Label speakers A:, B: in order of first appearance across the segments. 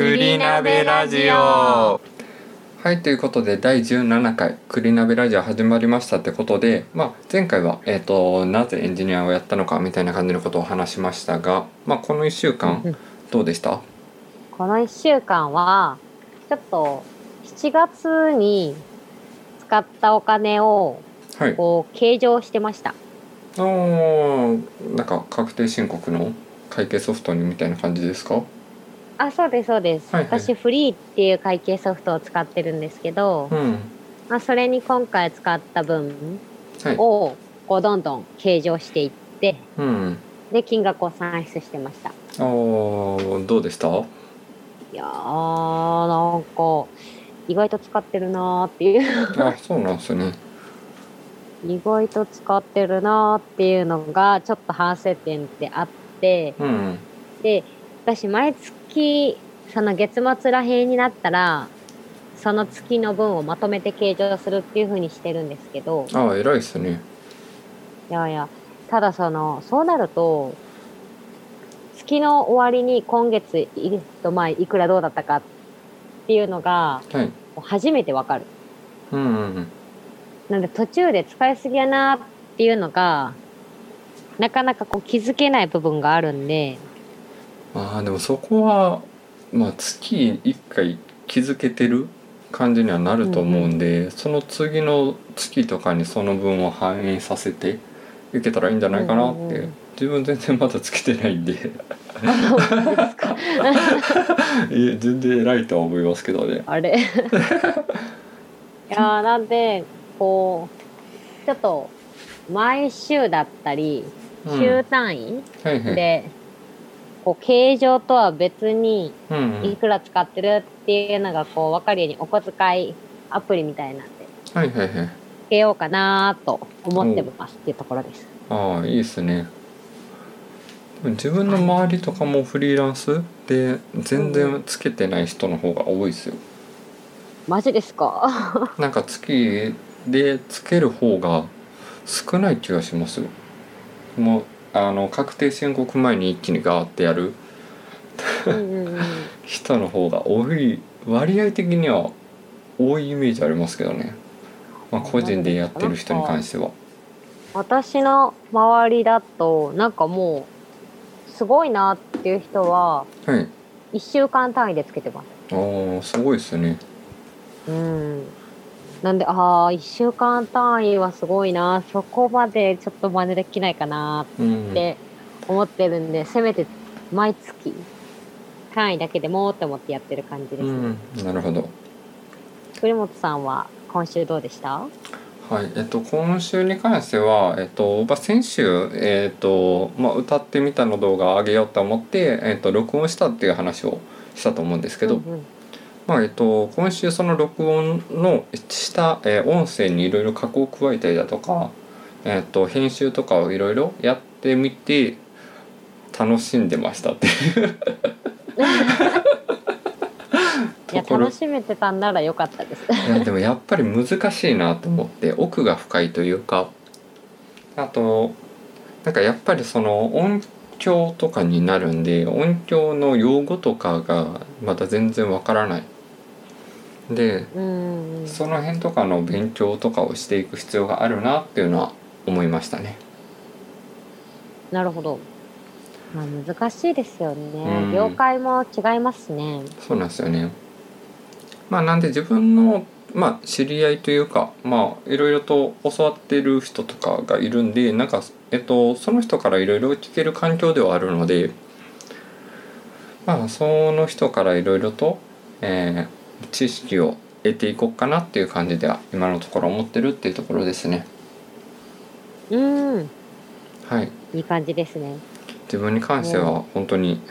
A: 栗鍋ラジオはいということで第17回「栗鍋ラジオ」始まりましたってことで、まあ、前回は、えーとなぜエンジニアをやったのかみたいな感じのことを話しましたが、まあ、この1週間どうでした
B: この1週間は、ちょっと7月に使ったお金を
A: はい
B: こう計上してました。
A: あーなんか確定申告の会計ソフトにみたいな感じですか
B: あ、そうです、そうです。
A: はいはい
B: 私、フリーっていう会計ソフトを使ってるんですけど、
A: うん
B: まあ、それに今回使った分
A: はい
B: をこうどんどん計上していって、
A: うん
B: で、金額を算出してました。
A: あーどうでした
B: いやー、なんか、意外と使ってるなーっていう、
A: あそうなんですね
B: 意外と使ってるなーっていうのが、ちょっと反省点であって、
A: うん
B: で私毎月その月末らへんになったらその月の分をまとめて計上するっていう風にしてるんですけど
A: あー偉いっすね
B: いやいやただそのそうなると月の終わりに今月い,、えっと、まあいくらどうだったかっていうのが
A: はい
B: 初めてわかる
A: うんうん
B: なので途中で使いすぎやなっていうのがなかなかこう気づけない部分があるんで
A: ああでもそこは、まあ、月1回気づけてる感じにはなると思うんで、その次の月とかにその分を反映させていけたらいいんじゃないかなって、
B: うんうんうん
A: 自分全然まだつけてないんで いや全然偉いとは思いますけどね
B: あ れいやーなんでこうちょっと毎週だったり
A: うん
B: 週単位
A: はいはい、
B: で、こう形状とは別に
A: うんうん
B: いくら使ってるっていうのがこう分かるようにお小遣いアプリみたいなんで
A: はいはいはい
B: つけようかなーと思ってますっていうところです。
A: ああいいですねでも自分の周りとかもフリーランスで全然つけてない人の方が多いですよ
B: マジですか
A: なんか月でつける方が少ない気がしますよもうあの確定申告前に一気にガーってやる
B: うんうんうん
A: 人の方が多い割合的には多いイメージありますけどね、まあ、個人でやってる人に関しては
B: 私の周りだとなんかもうすごいなっていう人は
A: はい
B: 1週間単位でつけてます。
A: ああすごいですね
B: うん。なんで、ああ、1週間単位はすごいな。そこまでちょっと真似できないかな
A: うん
B: って思ってるんで、せめて毎月単位だけでもって思ってやってる感じです。
A: うんなるほど
B: 栗本さんは今週どうでした
A: はい、えっと、今週に関しては、えっと、まあ、先週、えっと、まあ、歌ってみたの動画上げようと思って、えっと、録音したっていう話をしたと思うんですけど、
B: うんうん
A: まあ、えっと、今週その録音のした、えー音声にいろいろ加工を加えたりだとか、えっと、編集とかをいろいろやってみて、楽しんでましたっていう。
B: いや、
A: ところ
B: 楽しめてたんなら良かったです。
A: いやでもやっぱり難しいなと思って奥が深いというかあとなんかやっぱりその音響とかになるんで音響の用語とかがまだ全然わからないで
B: うんうん。
A: その辺とかの勉強とかをしていく必要があるなっていうのは思いましたね。
B: なるほど。まあ難しいですよ
A: うん
B: ね。業界も違いますね。
A: そうなんですよね。まあなんで自分のまあ知り合いというかまあいろいろと教わってる人とかがいるんでなんかえっとその人からいろいろ聞ける環境ではあるのでまあその人からいろいろと、えー知識を得ていこうかなっていう感じでは今のところ思ってるっていうところですね。
B: うん。
A: はい。
B: いい感じですね。
A: 自分に関しては本当に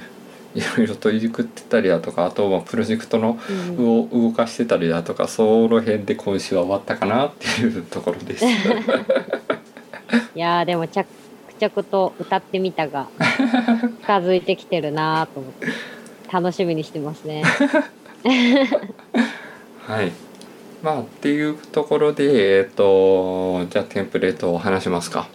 A: いろいろといじくってたりだとかあとはプロジェクトの
B: うんうん
A: を動かしてたりだとかその辺で今週は終わったかなっていうところです
B: いやーでも着々と歌ってみた が近づいてきてるなーと思って楽しみにしてますね。
A: はいまあっていうところでえっ、とじゃあテンプレートを話しますか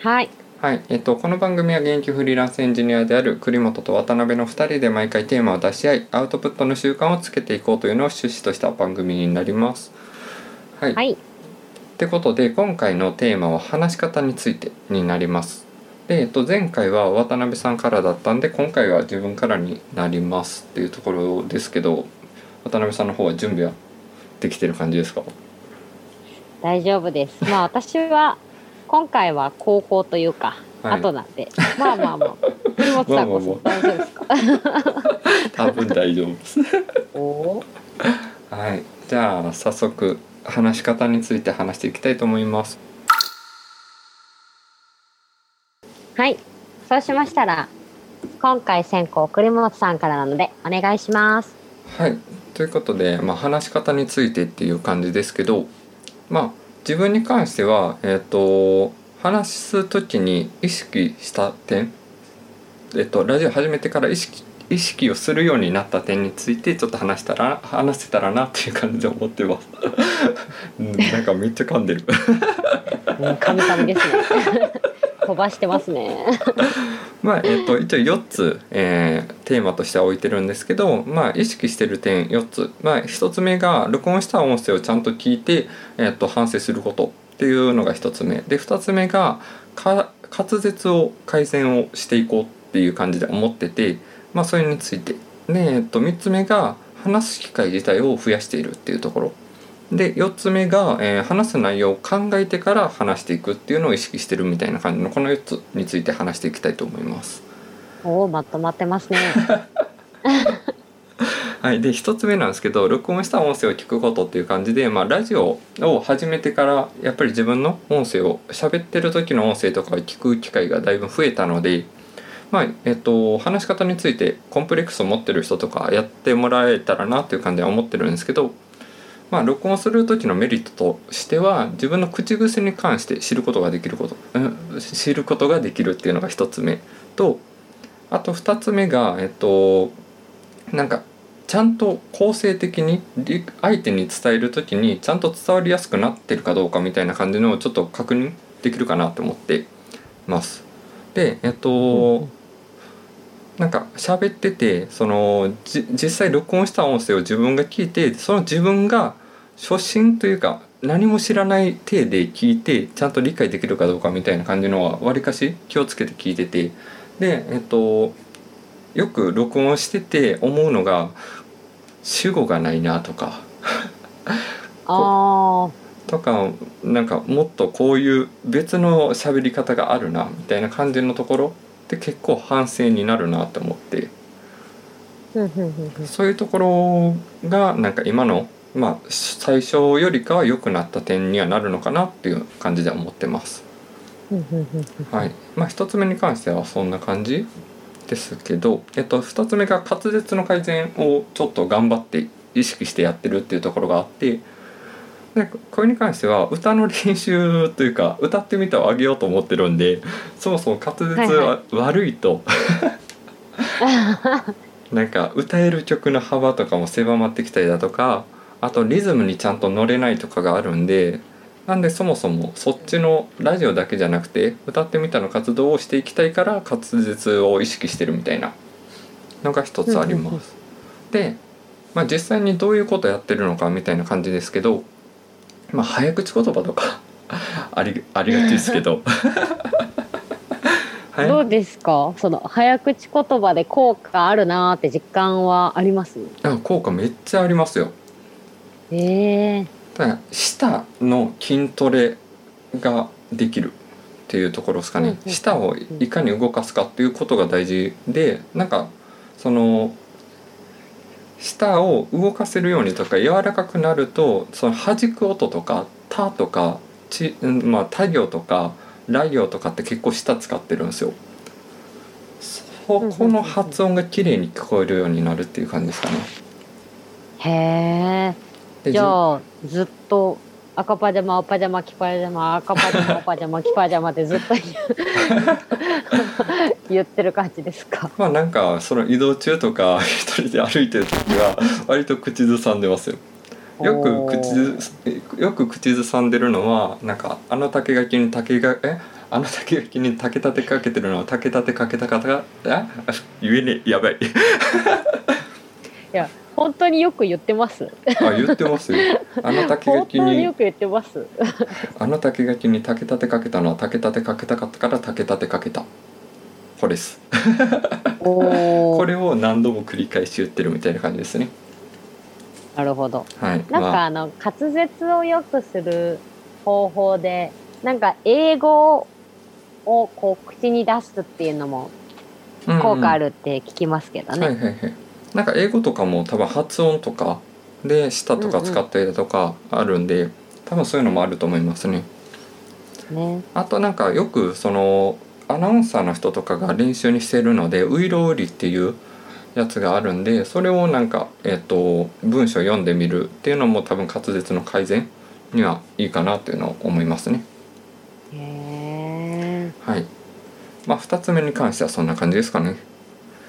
B: はい。
A: はい、えっと、この番組は現役フリーランスエンジニアである栗本と渡辺の2人で毎回テーマを出し合いアウトプットの習慣をつけていこうというのを趣旨とした番組になります。はい、
B: はい。
A: ってことで今回のテーマは話し方についてになります。で、えっと、前回は渡辺さんからだったんで今回は自分からになりますっていうところですけど渡辺さんの方は準備はできてる感じですか
B: 大丈夫です。まあ私は、今回は高校というか、
A: はい
B: 後なんで。まあまあまあ。古本さんこそ大丈夫ですか
A: 多分大丈夫です。
B: おおー
A: はい、じゃあ早速話し方について話していきたいと思います。
B: はい。そうしましたら、今回選考、栗本さんからなので、お願いします。
A: はい、ということで、まあ、話し方についてっていう感じですけど、まあ、自分に関しては、えっと話す時に意識した点、えっとラジオ始めてから意識意識をするようになった点についてちょっと話したら話せたらなっていう感じで思ってます。 うんなんかめっちゃ噛んでる。
B: 神々ですね。 飛ばしてますね。
A: まあえっと一応4つ、えーテーマとしては置いてるんですけど、まあ、意識してる点4つ、まあ、1つ目が録音した音声をちゃんと聞いて、えっと反省することっていうのが1つ目で2つ目がか滑舌を改善をしていこうっていう感じで思ってて、まあ、それについてで、えっと3つ目が話す機会自体を増やしているっていうところで4つ目が、えー話す内容を考えてから話していくっていうのを意識してるみたいな感じのこの4つについて話していきたいと思います。
B: おお、まとまってますね。
A: はい、で1つ目なんですけど録音した音声を聞くことっていう感じで、まあ、ラジオを始めてからやっぱり自分の音声を喋ってる時の音声とかを聞く機会がだいぶ増えたので、まあえっと、話し方についてコンプレックスを持ってる人とかやってもらえたらなっていう感じは思ってるんですけど、まあ、録音する時のメリットとしては自分の口癖に関して知ることができること、うん、知ることができるっていうのが1つ目とあと2つ目がえっとなんかちゃんと構成的にり相手に伝える時にちゃんと伝わりやすくなってるかどうかみたいな感じのをちょっと確認できるかなと思ってます。でえっと、
B: うんうん
A: なんか喋っててそのじ実際録音した音声を自分が聞いてその自分が初心というか何も知らない体で聞いてちゃんと理解できるかどうかみたいな感じのはわりかし気をつけて聞いててでえっとよく録音してて思うのが主語がないなとか
B: ああ、
A: とかなんかもっとこういう別の喋り方があるなみたいな感じのところって結構反省になるなと思って。
B: ふんふんふんふん
A: そういうところがなんか今の、まあ、最初よりかは良くなった点にはなるのかなっていう感じで思ってます。
B: ふんふんふんふん
A: はいまあ、1つ目に関してはそんな感じですけど、えっと、2つ目が滑舌の改善をちょっと頑張って意識してやってるっていうところがあってでこれに関しては歌の練習というか歌ってみたをあげようと思ってるんでそもそも滑舌は悪い と、なんか歌える曲の幅とかも狭まってきたりだとかあとリズムにちゃんと乗れないとかがあるんでなんでそもそもそっちのラジオだけじゃなくて歌ってみたの活動をしていきたいから滑舌を意識してるみたいなのが一つあり
B: うんうんう
A: ま
B: ん
A: す。で、まあ、実際にどういうことやってるのかみたいな感じですけど、まあ、早口言葉とか ありありがちですけど。はい
B: どうですかその早口言葉で効果あるなーって実感はあります
A: あ効果めっちゃありますよ。
B: ええ
A: ただ舌の筋トレができるっていうところですか
B: うん
A: ね
B: う。ん
A: 舌をいかに動かすかっていうことが大事で、なんかその舌を動かせるようにとか柔らかくなると、その弾く音とかたとかちうんまあ他行とか来行とかって結構舌使ってるんですよ。そこの発音が綺麗に聞こえるようになるっていう感じですかね。
B: へえ
A: で
B: じゃあずっと赤パジャマパジャマキパジャマ赤パジャマパジャマキパジャマってずっと言う 言ってる感じですか
A: まあなんかその移動中とか 一人で歩いてる時は割と口ずさんでますよ。よく口ずよく口ずさんでるのはなんかあの竹垣に竹がえあの竹垣に竹立てかけてるのは竹立てかけた方があ言えねえやばい
B: 本当によく言ってます
A: あ言ってますよあの竹
B: 本
A: 垣
B: 当に
A: に
B: よく言ってます
A: あの竹垣に竹立てかけたのは竹立てかけたかったから竹立てかけたこれです
B: お
A: こ
B: お
A: れを何度も繰り返し言ってるみたいな感じですね
B: なるほど
A: はい
B: なん
A: ま
B: か
A: あ
B: あの滑舌を良くする方法でなんか英語をこう口に出すっていうのも
A: うんうん
B: 効果あるって聞きますけど
A: はい
B: ね。
A: はいはいなんか英語とかも多分発音とかで舌とか使ったりだとかあるんで、多分そういうのもあると思いますね
B: ね
A: あとなんかよくそのアナウンサーの人とかが練習にしてるので「ウイロウリ」っていうやつがあるんでそれをなんか、えっと文章読んでみるっていうのも多分滑舌の改善にはいいかなっていうのを思いますね
B: へえ。
A: はいまあ2つ目に関してはそんな感じですかね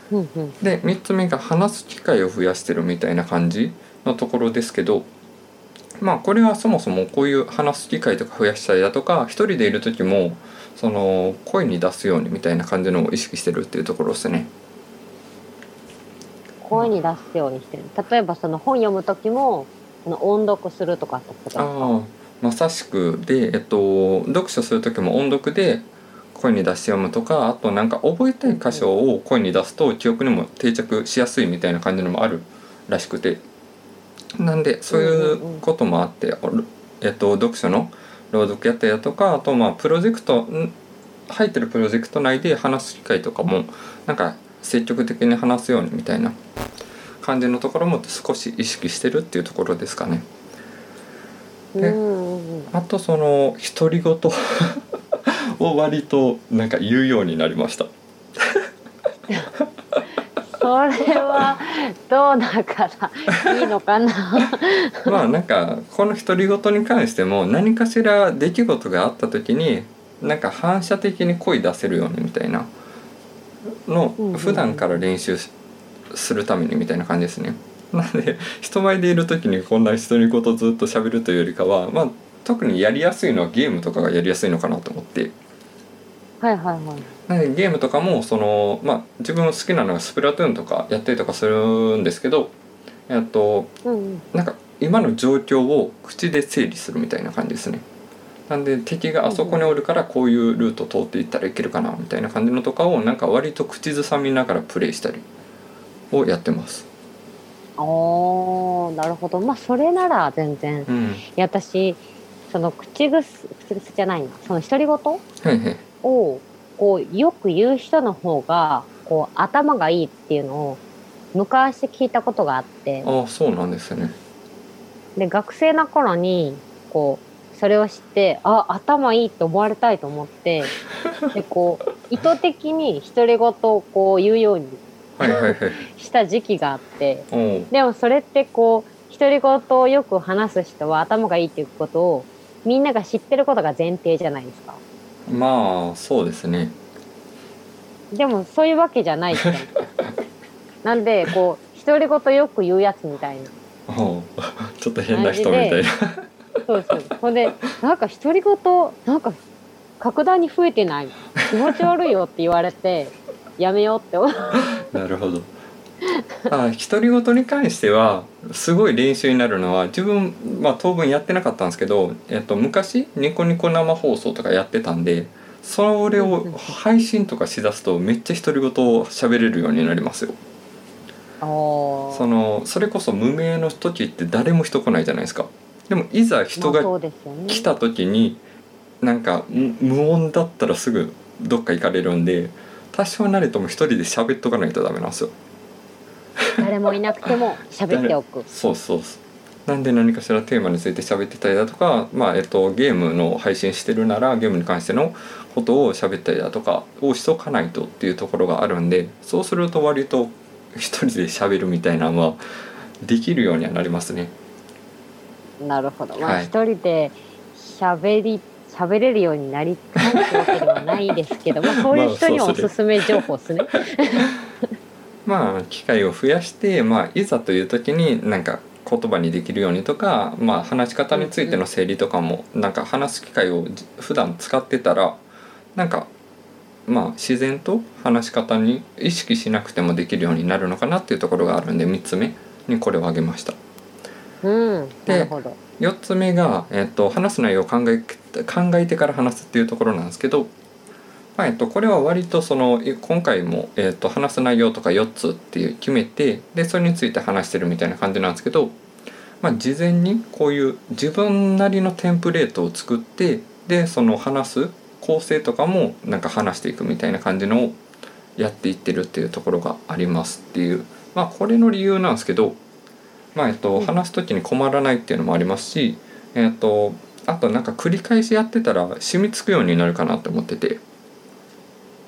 B: ふんふん
A: で3つ目が話す機会を増やしてるみたいな感じのところですけどまあこれはそもそもこういう話す機会とか増やしたりだとか一人でいる時もその声に出すようにみたいな感じのを意識してるっていうところですね。
B: 声に出すようにしてる。例えばその本読む時もその音読するとかってことです
A: ああまさしくで、えっと、読書する時も音読で声に出して読むとかあとなんか覚えたい箇所を声に出すと記憶にも定着しやすいみたいな感じのもあるらしくてなんでそういうこともあって、おえっと、読書の朗読やったりだとかあとまあプロジェクトん入ってるプロジェクト内で話す機会とかもなんか積極的に話すようにみたいな感じのところも少し意識してるっていうところですかね。
B: うんうんうん。
A: あとその独り言 を割となんか言うようになりました
B: それはどうだからいいの かな。
A: まあなんかこの独り言に関しても何かしら出来事があった時になんか反射的に声出せるようにみたいなの
B: うんうんうん
A: 普段から練習しするためにみたいな感じですねなんで人前でいる時にこんな独り言ずっと喋るというよりかはまあ特にやりやすいのはゲームとかがやりやすいのかなと思って
B: はいはいはい。
A: なんでゲームとかもその、まあ、自分好きなのがスプラトゥーンとかやったりとかするんですけど、えっと、
B: うんうん。
A: なんか今の状況を口で整理するみたいな感じですね。なんで敵があそこにおるからこういうルート通っていったらいけるかなみたいな感じのとかをなんか割と口ずさみながらプレイしたりをやってます。
B: おーなるほど。まあそれなら全然。い
A: うん、
B: や私その口ぐす口癖じゃないな。その独り言。
A: はいはい。
B: をこうよく言う人の方がこう頭がいいっていうのを昔聞いたことがあって
A: ああそうなんですね。
B: で学生の頃にこうそれを知ってあ頭いいって思われたいと思ってでこう意図的に独り言をこう言うように
A: はいはいはい。
B: した時期があって
A: おお。
B: でもそれってこう独り言をよく話す人は頭がいいっていうことをみんなが知ってることが前提じゃないですか。
A: まあそうですね。
B: でもそういうわけじゃないじゃんなんでこう独り言よく言うやつみたいな
A: おお。 ちょっと変な人みたいな。
B: そうそうほんでなんか独り言なんか格段に増えてない気持ち悪いよって言われてやめようって思う
A: なるほど。あ独り言に関してはすごい練習になるのは自分、まあ、当分やってなかったんですけど、えっと、昔ニコニコ生放送とかやってたんでそれ
B: うんうん
A: を配信とかしだすとめっちゃ独り言を喋れるようになりますよ。
B: おー
A: そのそれこそ無名の時って誰も人来ないじゃないですか。でもいざ人
B: ま
A: が
B: あそうですよね
A: 来た時になんか無無音だったらすぐどっか行かれるんで多少なりとも一人で喋っとかないとダメなんですよ。
B: 誰もいなくても喋っておく
A: そうそうそうなんで何かしらテーマについて喋ってたりだとか、まあえっと、ゲームの配信してるならゲームに関してのことを喋ったりだとかをしとかないとっていうところがあるんでそうすると割と一人で喋るみたいなのはできるようにはなりますね。
B: なるほどま
A: は
B: あ
A: い
B: 一人で喋り喋れるようになりたいってわけではないで すけど、まあ、そういう人には
A: まあ
B: お
A: そうそう
B: すすめ情報ですね。
A: まあ機会を増やして、まあ、いざという時になんか言葉にできるようにとか、まあ、話し方についての整理とかもなんか話す機会をじ普段使ってたらなんかまあ自然と話し方に意識しなくてもできるようになるのかなっていうところがあるんで3つ目にこれを挙げました。
B: うん、なるほど。
A: 4つ目が、えっと話す内容を考え考えてから話すっていうところなんですけど、まあえっとこれは割とそのえ今回も、えっと話す内容とか4つっていう決めてでそれについて話してるみたいな感じなんですけど、まあ、事前にこういう自分なりのテンプレートを作ってでその話す構成とかもなんか話していくみたいな感じのをやっていってるっていうところがありますっていう、まあ、これの理由なんですけど、まあえっと、
B: うん
A: 話す時に困らないっていうのもありますし、えっと、あとなんか繰り返しやってたら染みつくようになるかなと思ってて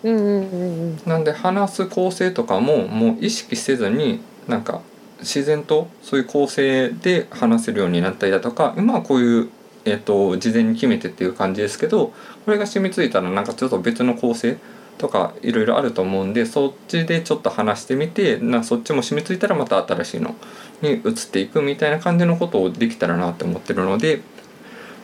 B: うんうんうんうん。
A: なんで話す構成とかももう意識せずになんか自然とそういう構成で話せるようになったりだとか今はこういう、えっと事前に決めてっていう感じですけどこれが染みついたらなんかちょっと別の構成とかいろいろあると思うんでそっちでちょっと話してみてなそっちも染みついたらまた新しいのに移っていくみたいな感じのことをできたらなって思ってるので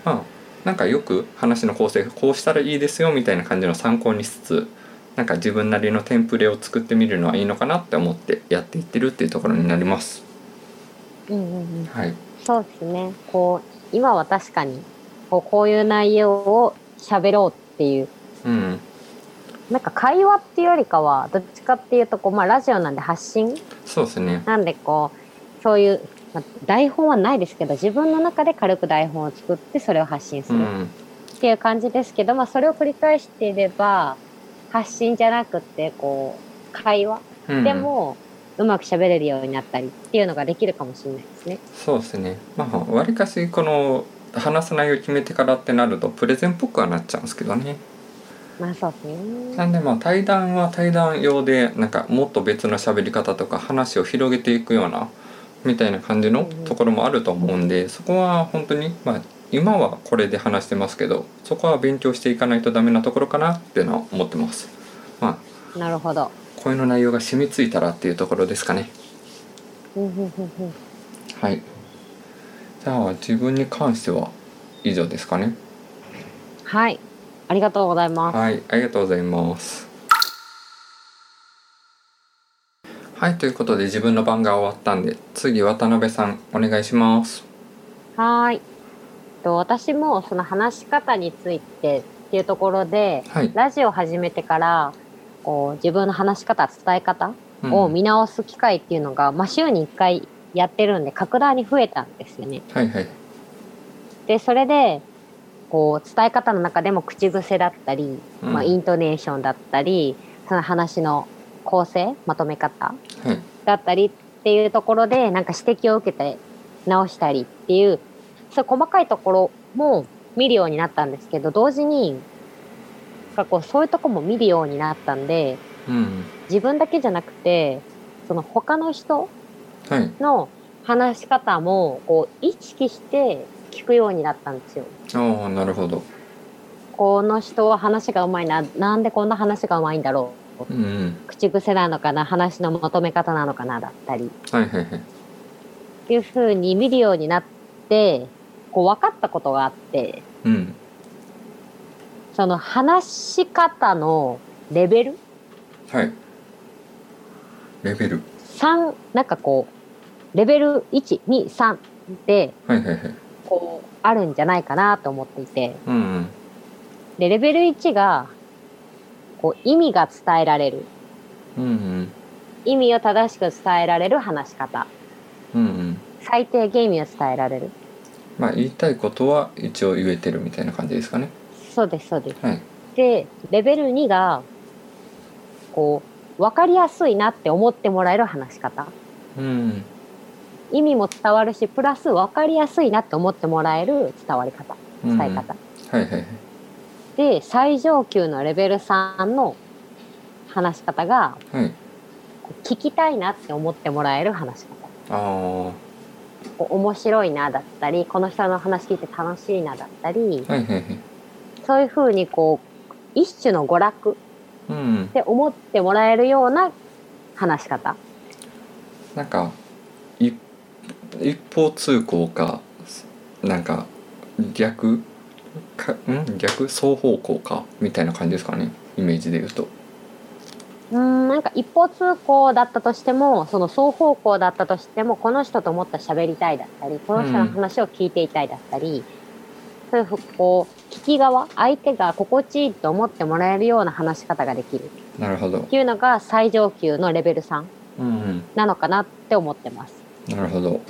A: まあなんかよく話の構成こうしたらいいですよみたいな感じの参考にしつつなんか自分なりのテンプレを作ってみるのはいいのかなって思ってやっていってるっていうところになります。
B: うんうんうん。
A: はい、
B: そうですね。こう、今は確かに、こうこういう内容を喋ろうっていう、
A: うん、
B: なんか会話っていうよりかは、どっちかっていうと、こう、まあラジオなんで発信
A: そうですね。
B: なんでこう、そういう、まあ台本はないですけど、自分の中で軽く台本を作って、それを発信す
A: う
B: る
A: ん、
B: っていう感じですけど、まあそれを繰り返していれば、発信じゃなくて、こう、会話
A: うん、
B: でも、うまく喋れるようになったりっていうのができるかもしれないですね。
A: そうですね。まあわりかしこの話す内容決めてからってなるとプレゼンっぽくはなっちゃうんですけどね。
B: まあそうですね。
A: なんでまあ対談は対談用でなんかもっと別の喋り方とか話を広げていくようなみたいな感じのところもあると思うんでそこは本当にまあ今はこれで話してますけどそこは勉強していかないとダメなところかなっていうのは思ってます。まあ
B: なるほど。
A: 声の内容が染みついたらっていうところですかね。
B: うんうんうんうん
A: はい。じゃあ自分に関しては以上ですかね。
B: はい。ありがとうございます。
A: はい、ありがとうございます。はい、ということで自分の番が終わったんで、次渡辺さんお願いします。
B: はーい。と私もその話し方についてっていうところで、
A: はい。
B: ラジオ始めてから、こう自分の話し方、伝え方
A: うん
B: を見直す機会っていうのが、まあ週に1回やってるんで、格段に増えたんですよね。
A: はいはい。
B: で、それで、こう伝え方の中でも口癖だったり、
A: うん
B: まあイントネーションだったり、その話の構成、まとめ方
A: はい。
B: だったりっていうところでなんか指摘を受けて直したりっていうそういう細かいところも見るようになったんですけど同時になんかこうそういうとこも見るようになったんで
A: うん。
B: 自分だけじゃなくてその他の人
A: はい。
B: の話し方もこう意識して聞くようになったんですよ。
A: ああ、なるほど。
B: この人は話がうまいななんでこんな話がうまいんだろう
A: うんうん。
B: 口癖なのかな話のまとめ方なのかなだったり
A: はいはいはい。
B: っていう風に見るようになって、こう分かったことがあって、
A: うん。
B: その話し方のレベル
A: はい。レベル。
B: 3、なんかこう、レベル1、2、3って、
A: はいはいはい。
B: こう、あるんじゃないかなと思っていて、
A: うんうん。
B: で、レベル1が、こう、意味が伝えられる。
A: うんうん。
B: 意味を正しく伝えられる話し方。
A: うんうん。
B: 最低限意味を伝えられる。
A: まあ言いたいことは一応言えてるみたいな感じですかね。
B: そうです、そうです。
A: はい。
B: で、レベル2が、こう、分かりやすいなって思ってもらえる話し方。
A: うん。
B: 意味も伝わるしプラス分かりやすいなって思ってもらえる伝わり方
A: うん、
B: 伝
A: は
B: え
A: い
B: 方、
A: はいはい。
B: で最上級のレベル3の話し方が
A: はい。
B: こう聞きたいなって思ってもらえる話し方
A: あ
B: こう面白いなだったりこの人の話聞いて楽しいなだったり
A: あ。はいはいはい。
B: そういう風にこう一種の娯楽
A: うんうん
B: っ。て思ってもらえるような話し方
A: なんか一一方通行かなんか逆かん逆双方向かみたいな感じですかねイメージで言うと
B: うーんなんか一方通行だったとしてもその双方向だったとしてもこの人ともっと喋りたいだったりこの人の話を聞いていたいだったり、そういうふうこう聞き側相手が心地いいと思ってもらえるような話し方ができるっ
A: なるほど
B: ていうのが最上級のレベル3
A: うん
B: なのかなって思ってます。
A: うんなるほど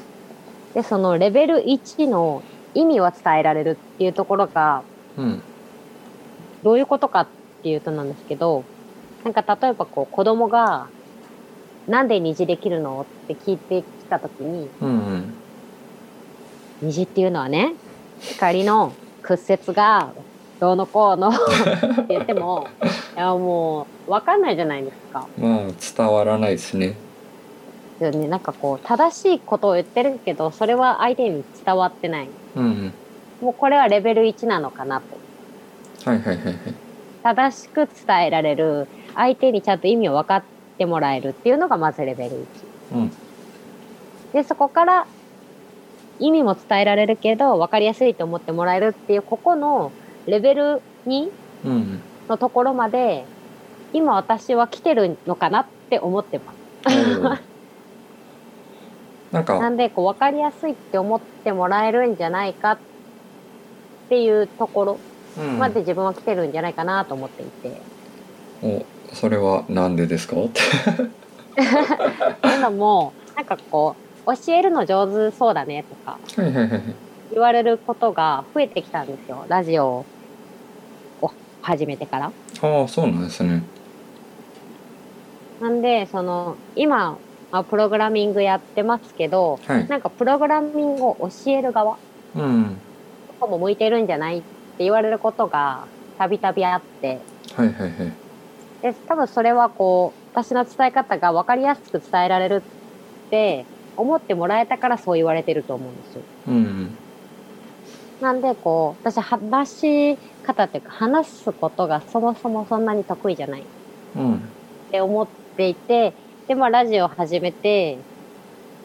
B: でそのレベル1の意味を伝えられるっていうところが
A: うん
B: どういうことかっていうとなんですけど、なんか例えばこう子供が、なんで虹できるのって聞いてきたときに、
A: うんうん
B: 虹っていうのはね、光の屈折がどうのこうのって言っても、いやもうわかんないじゃないですか。
A: まあ伝わらないですね
B: でね、なんかこう正しいことを言ってるけど、それは相手に伝わってない。
A: うんうん
B: もうこれはレベル1なのかなと。
A: はいはいはいはい
B: 正しく伝えられる相手にちゃんと意味を分かってもらえるっていうのがまずレベル1
A: うん
B: でそこから意味も伝えられるけど分かりやすいと思ってもらえるっていうここのレベル2
A: うん
B: のところまで今私は来てるのかなって思ってます
A: うんおーなん
B: な
A: か
B: んでこう分かりやすいって思ってもらえるんじゃないかっていうところ
A: うん
B: まで自分は来てるんじゃないかなと思っていて、
A: おそれはなんでですか
B: っていうのもなんかこう教えるの上手そうだねとか
A: はいはいはいはい
B: 言われることが増えてきたんですよラジオを始めてから。
A: ああそうなんですね
B: なんでその今あプログラミングやってますけど
A: はい
B: なんかプログラミングを教える側
A: うん
B: とかも向いてるんじゃないって言われることがたびたびあって
A: はいはいはい
B: で多分それはこう私の伝え方が分かりやすく伝えられるって思ってもらえたからそう言われてると思うんですよ。
A: うん
B: なんでこう私話し方っていうか話すことがそもそもそんなに得意じゃないっ
A: うん
B: て思っていてでまあラジオを始めて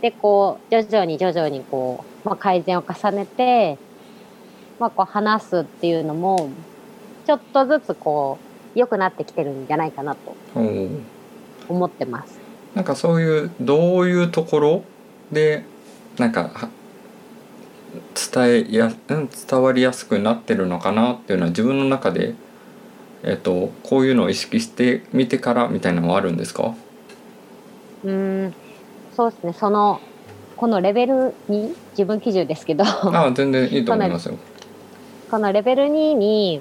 B: でこう徐々に徐々にこう、まあ、改善を重ねて、まあ、こう話すっていうのもちょっとずつこう良くなってきてるんじゃないかなと
A: おー
B: 思ってます。
A: なんかそういうどういうところでなんかは伝えやうん伝わりやすくなってるのかなっていうのは自分の中で、えっと、こういうのを意識してみてからみたいなのはあるんですか
B: うーんそうですねそのこのレベルに自分基準ですけど
A: ああ全然いいと思いますよ。
B: このレベル2に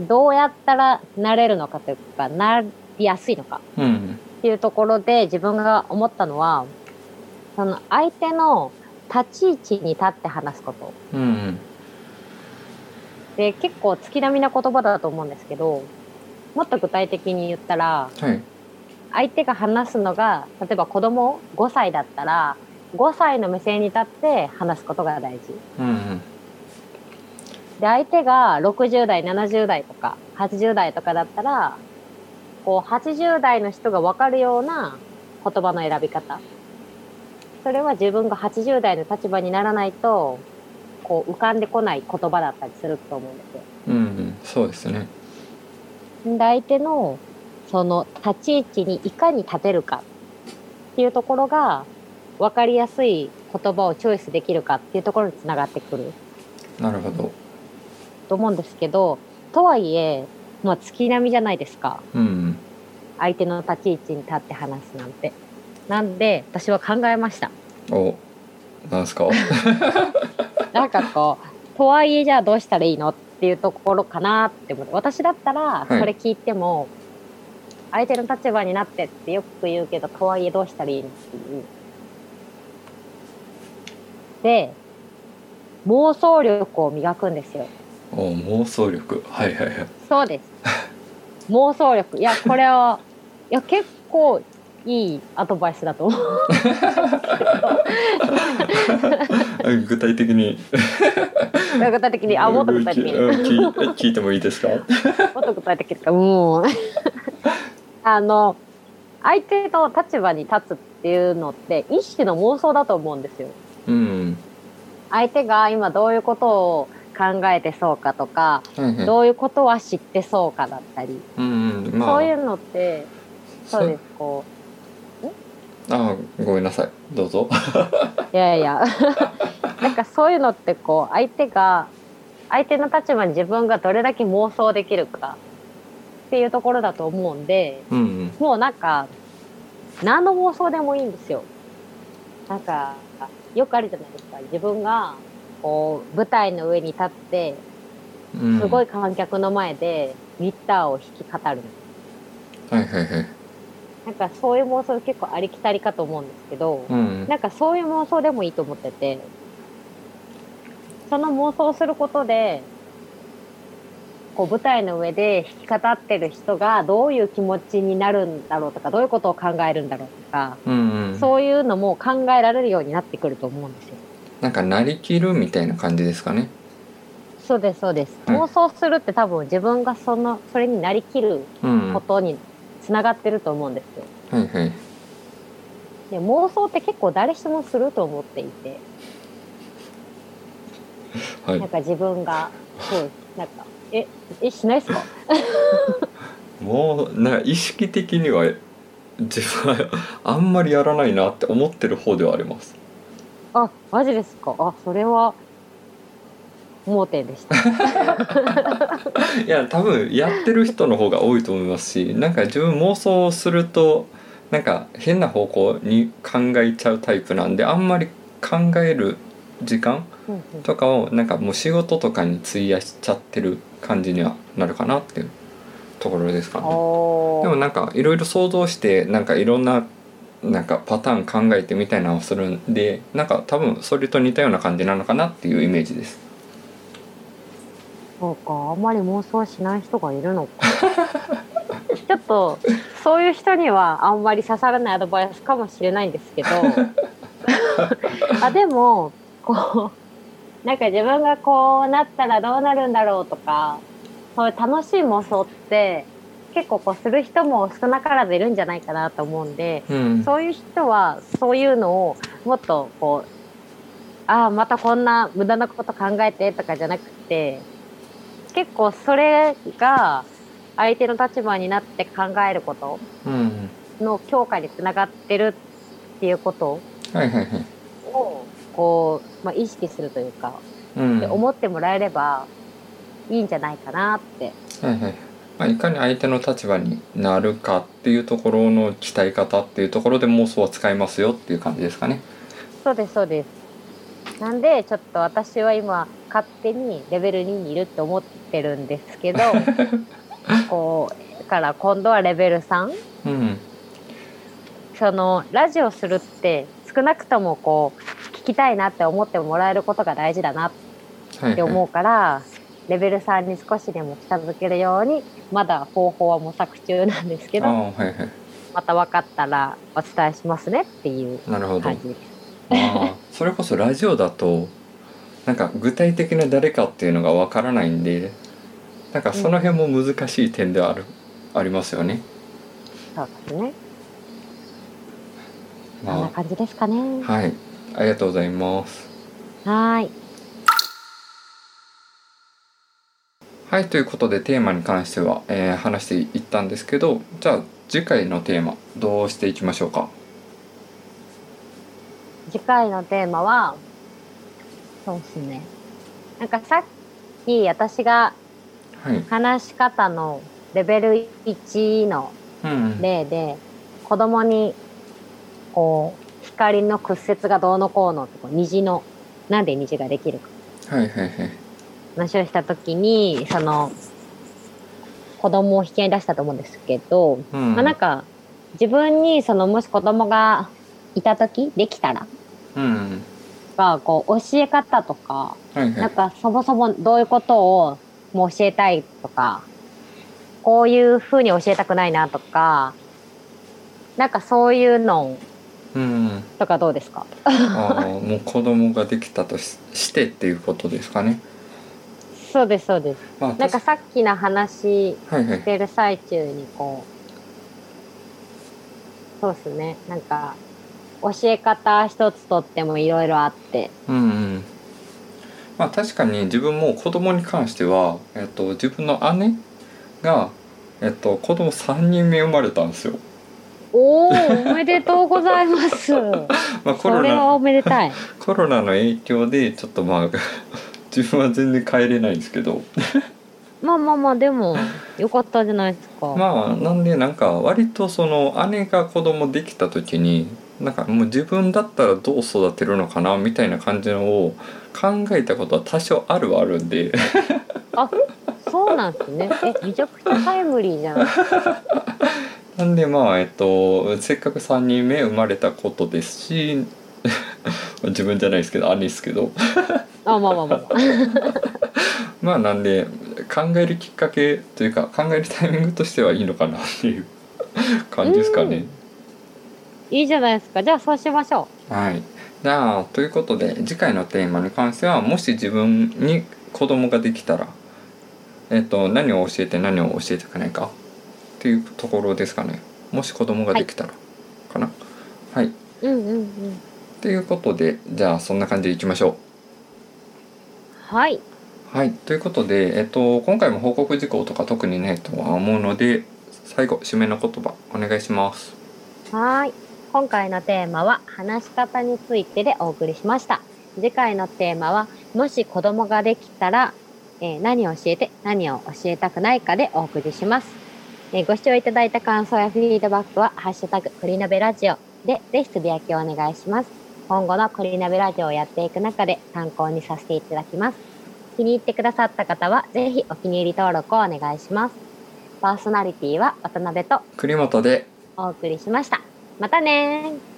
B: どうやったらなれるのかというか、なりやすいのか
A: うん、
B: っていうところで自分が思ったのは、その相手の立ち位置に立って話すこと。
A: うん
B: で、結構月並みな言葉だと思うんですけど、もっと具体的に言ったら、
A: はい
B: 相手が話すのが、例えば子供5歳だったら、5歳の目線に立って話すことが大事。
A: うんうん
B: で相手が60代70代とか80代とかだったらこう80代の人が分かるような言葉の選び方それは自分が80代の立場にならないとこう浮かんでこない言葉だったりすると思うんですよ。
A: うんうんそうですね。
B: で相手のその立ち位置にいかに立てるかっていうところが分かりやすい言葉をチョイスできるかっていうところにつながってくる。
A: なるほど。
B: と思うんですけどとはいえ、まあ、月並みじゃないですか
A: うん
B: 相手の立ち位置に立って話すなんてなんで私は考えました
A: うん、おなんですか
B: なんかこうとはいえじゃあどうしたらいいのっていうところかなって思って私だったら
A: は
B: そ
A: い
B: れ聞いても、相手の立場になってってよく言うけどとはいえどうしたらいいのっていうで妄想力を磨くんですよ
A: お妄想力はいはいはい。
B: そうです。妄想力。いや、これは、いや、結構いいアドバイスだと思う。
A: 具体的に
B: 具体的に、あ、もっと具体的に、
A: う
B: も
A: ん聞い聞いてもいい ですか
B: っと具体的にか、もう。 あの、相手の立場に立つっていうのって、一種の妄想だと思うんですよ。
A: うん
B: 相手が今どういうことを考えてそうかとか、
A: はいはい
B: どういうことは知ってそうかだったり、
A: うんうんまあ
B: そういうのってそうですこ
A: ああごめんなさいどうぞ
B: ういやいや なんかそういうのってこう相手が相手の立場に自分がどれだけ妄想できるかっていうところだと思うんで
A: うんうん
B: もうなんか何の妄想でもいいんですよ。なんかよくあるじゃないですか自分がこう舞台の上に立って
A: うん
B: すごい観客の前でギターを弾き語るの
A: はいはいはい
B: なんかそういう妄想結構ありきたりかと思うんですけど、
A: うんうん
B: なんかそういう妄想でもいいと思ってて、その妄想をすることで、こう舞台の上で弾き語ってる人がどういう気持ちになるんだろうとか、どういうことを考えるんだろうとか、
A: うんうん
B: そういうのも考えられるようになってくると思うんですよ。
A: なんかなりきるみたいな感じですかね
B: そうです、そうです。
A: うん
B: 妄想するって多分自分がその、それになりきる
A: うん
B: こ
A: は
B: とにつながってると思うんですよ。
A: いはい
B: で妄想って結構誰しもすると思っていて、
A: は
B: なん
A: い
B: か自分が、そうです。なんか、え、え、しないですか
A: もうなんか意識的には自分はあんまりやらないなって思ってる方ではあります
B: あ、マジですかあ、それは、盲点 でした。
A: いや多分やってる人の方が多いと思いますしなんか自分妄想するとなんか変な方向に考えちゃうタイプなんであんまり考える時間
B: うんうん
A: とかをなんかもう仕事とかに費やしちゃってる感じにはなるかなっていうところですかね。
B: お
A: でも
B: ー
A: なんかいろいろ想像してなんかいろんななんかパターン考えてみたいなのをするんでなんか多分それと似たような感じなのかなっていうイメージです。
B: そうか、あんまり妄想しない人がいるのか。 ちょっと、そういう人にはあんまり刺さらないアドバイスかもしれないんですけど、 あ、でも、こう、なんか自分がこうなったらどうなるんだろうとか、そういう楽しい妄想って、結構こうする人も少なからずいるんじゃないかなと思うんで、
A: うん、
B: そういう人はそういうのをもっとこうああまたこんな無駄なこと考えてとかじゃなくて結構それが相手の立場になって考えること
A: うん、
B: の強化につながってるっていうこと
A: はいはいはい。
B: をこう、まあ、意識するというか、
A: うん、
B: で思ってもらえればいいんじゃないかなって。
A: はいはいまあ、いかに相手の立場になるかっていうところの鍛え方っていうところで妄想は使いますよっていう感じですかね。
B: そうですそうですなんでちょっと私は今勝手にレベル2にいるって思ってるんです けどこうだから今度はレベル 3?
A: うん、
B: そのラジオするって少なくともこう聞きたいなって思ってもらえることが大事だなっ
A: はい、
B: て思 うからレベル3に少しでも近づけるようにまだ方法は模索中なんですけ
A: ああ
B: ど
A: はいはい。
B: また分かったらお伝えしますねっていう
A: なるほど。
B: 感じです。
A: まあそれこそラジオだとなんか具体的な誰かっていうのがわからないんで、なんかその辺も難しい点ではある、ありますよね。
B: そうですね。こんな
A: ま
B: 感じですかね
A: あ。はい、ありがとうございます。
B: はーい。
A: はいということでテーマに関しては、えー話していったんですけどじゃあ次回のテーマどうしていきましょうか
B: 次回のテーマは、そうですね。なんかさっき私が
A: はい、
B: 話し方のレベル1の
A: うん、
B: 例で、子供に、こう、光の屈折がどうのこうのってこう、虹の、なんで虹ができるか、
A: はいはいはい
B: 話をしたときに、その、子供を引き合いに出したと思うんですけど、
A: うん
B: まあなんか、自分に、その、もし子供がいたとき、できたら、
A: うん
B: が、こう、教え方とか、
A: はいは
B: な
A: い
B: んかそもそもどういうことをもう教えたいとか、こういう風に教えたくないなとか、なんかそういうの
A: うん
B: とかどうですか
A: ああもう子供ができたとししてっていうことですかね
B: そうです、そうです。
A: まあ
B: なんかさっきの話し
A: 確かはいはい
B: てる最中にこう、そうですね、なんか教え方一つとってもいろいろあって、
A: うんうんまあ確かに自分も子供に関しては、えっと、自分の姉が、えっと、子供3人目生まれたんですよ。
B: おおおめでとうございます
A: まあ、 コ
B: そ
A: ロ
B: れ
A: ナ
B: はおめでたい
A: コロナの影響でちょっとまあ 自分は全然帰れないんですけど
B: まあまあまあでもよかったじゃないですか、
A: まあなんでなんか割とその姉が子供できた時になんかもう自分だったらどう育てるのかなみたいな感じのを考えたことは多少あるはあるんで
B: そうなんですねえめちゃくちゃタイムリーじゃん
A: なんでまあえっとせっかく3人目生まれたことですし 自分じゃないですけど姉ですけど
B: あまあまあまあ
A: まあなんで考えるきっかけというか考えるタイミングとしてはいいのかなっていう感じですかね。
B: うんいいじゃないですかじゃあそうしましょ
A: はい。じゃあということで次回のテーマに関してはもし自分に子供ができたら、えっと何を教えて何を教えてくれないかっていうところですかね。もし子供ができたらかな。はい。と、
B: ううんうんうん
A: い、うことでじゃあそんな感じでいきましょ。
B: はいう
A: はい。ということで、えっと今回も報告事項とか特にないとは思うので最後締めの言葉お願いします。
B: はーい。今回のテーマは話し方についてでお送りしました。次回のテーマはもし子供ができたら、えー何を教えて何を教えたくないかでお送りします。えーご視聴いただいた感想やフィードバックはハッシュタグクリナベラジオでぜひつぶやきをお願いします。今後のクリナベラジオをやっていく中で参考にさせていただきます。気に入ってくださった方はぜひお気に入り登録をお願いします。パーソナリティは渡辺と
A: 栗本で
B: お送りしました。またねー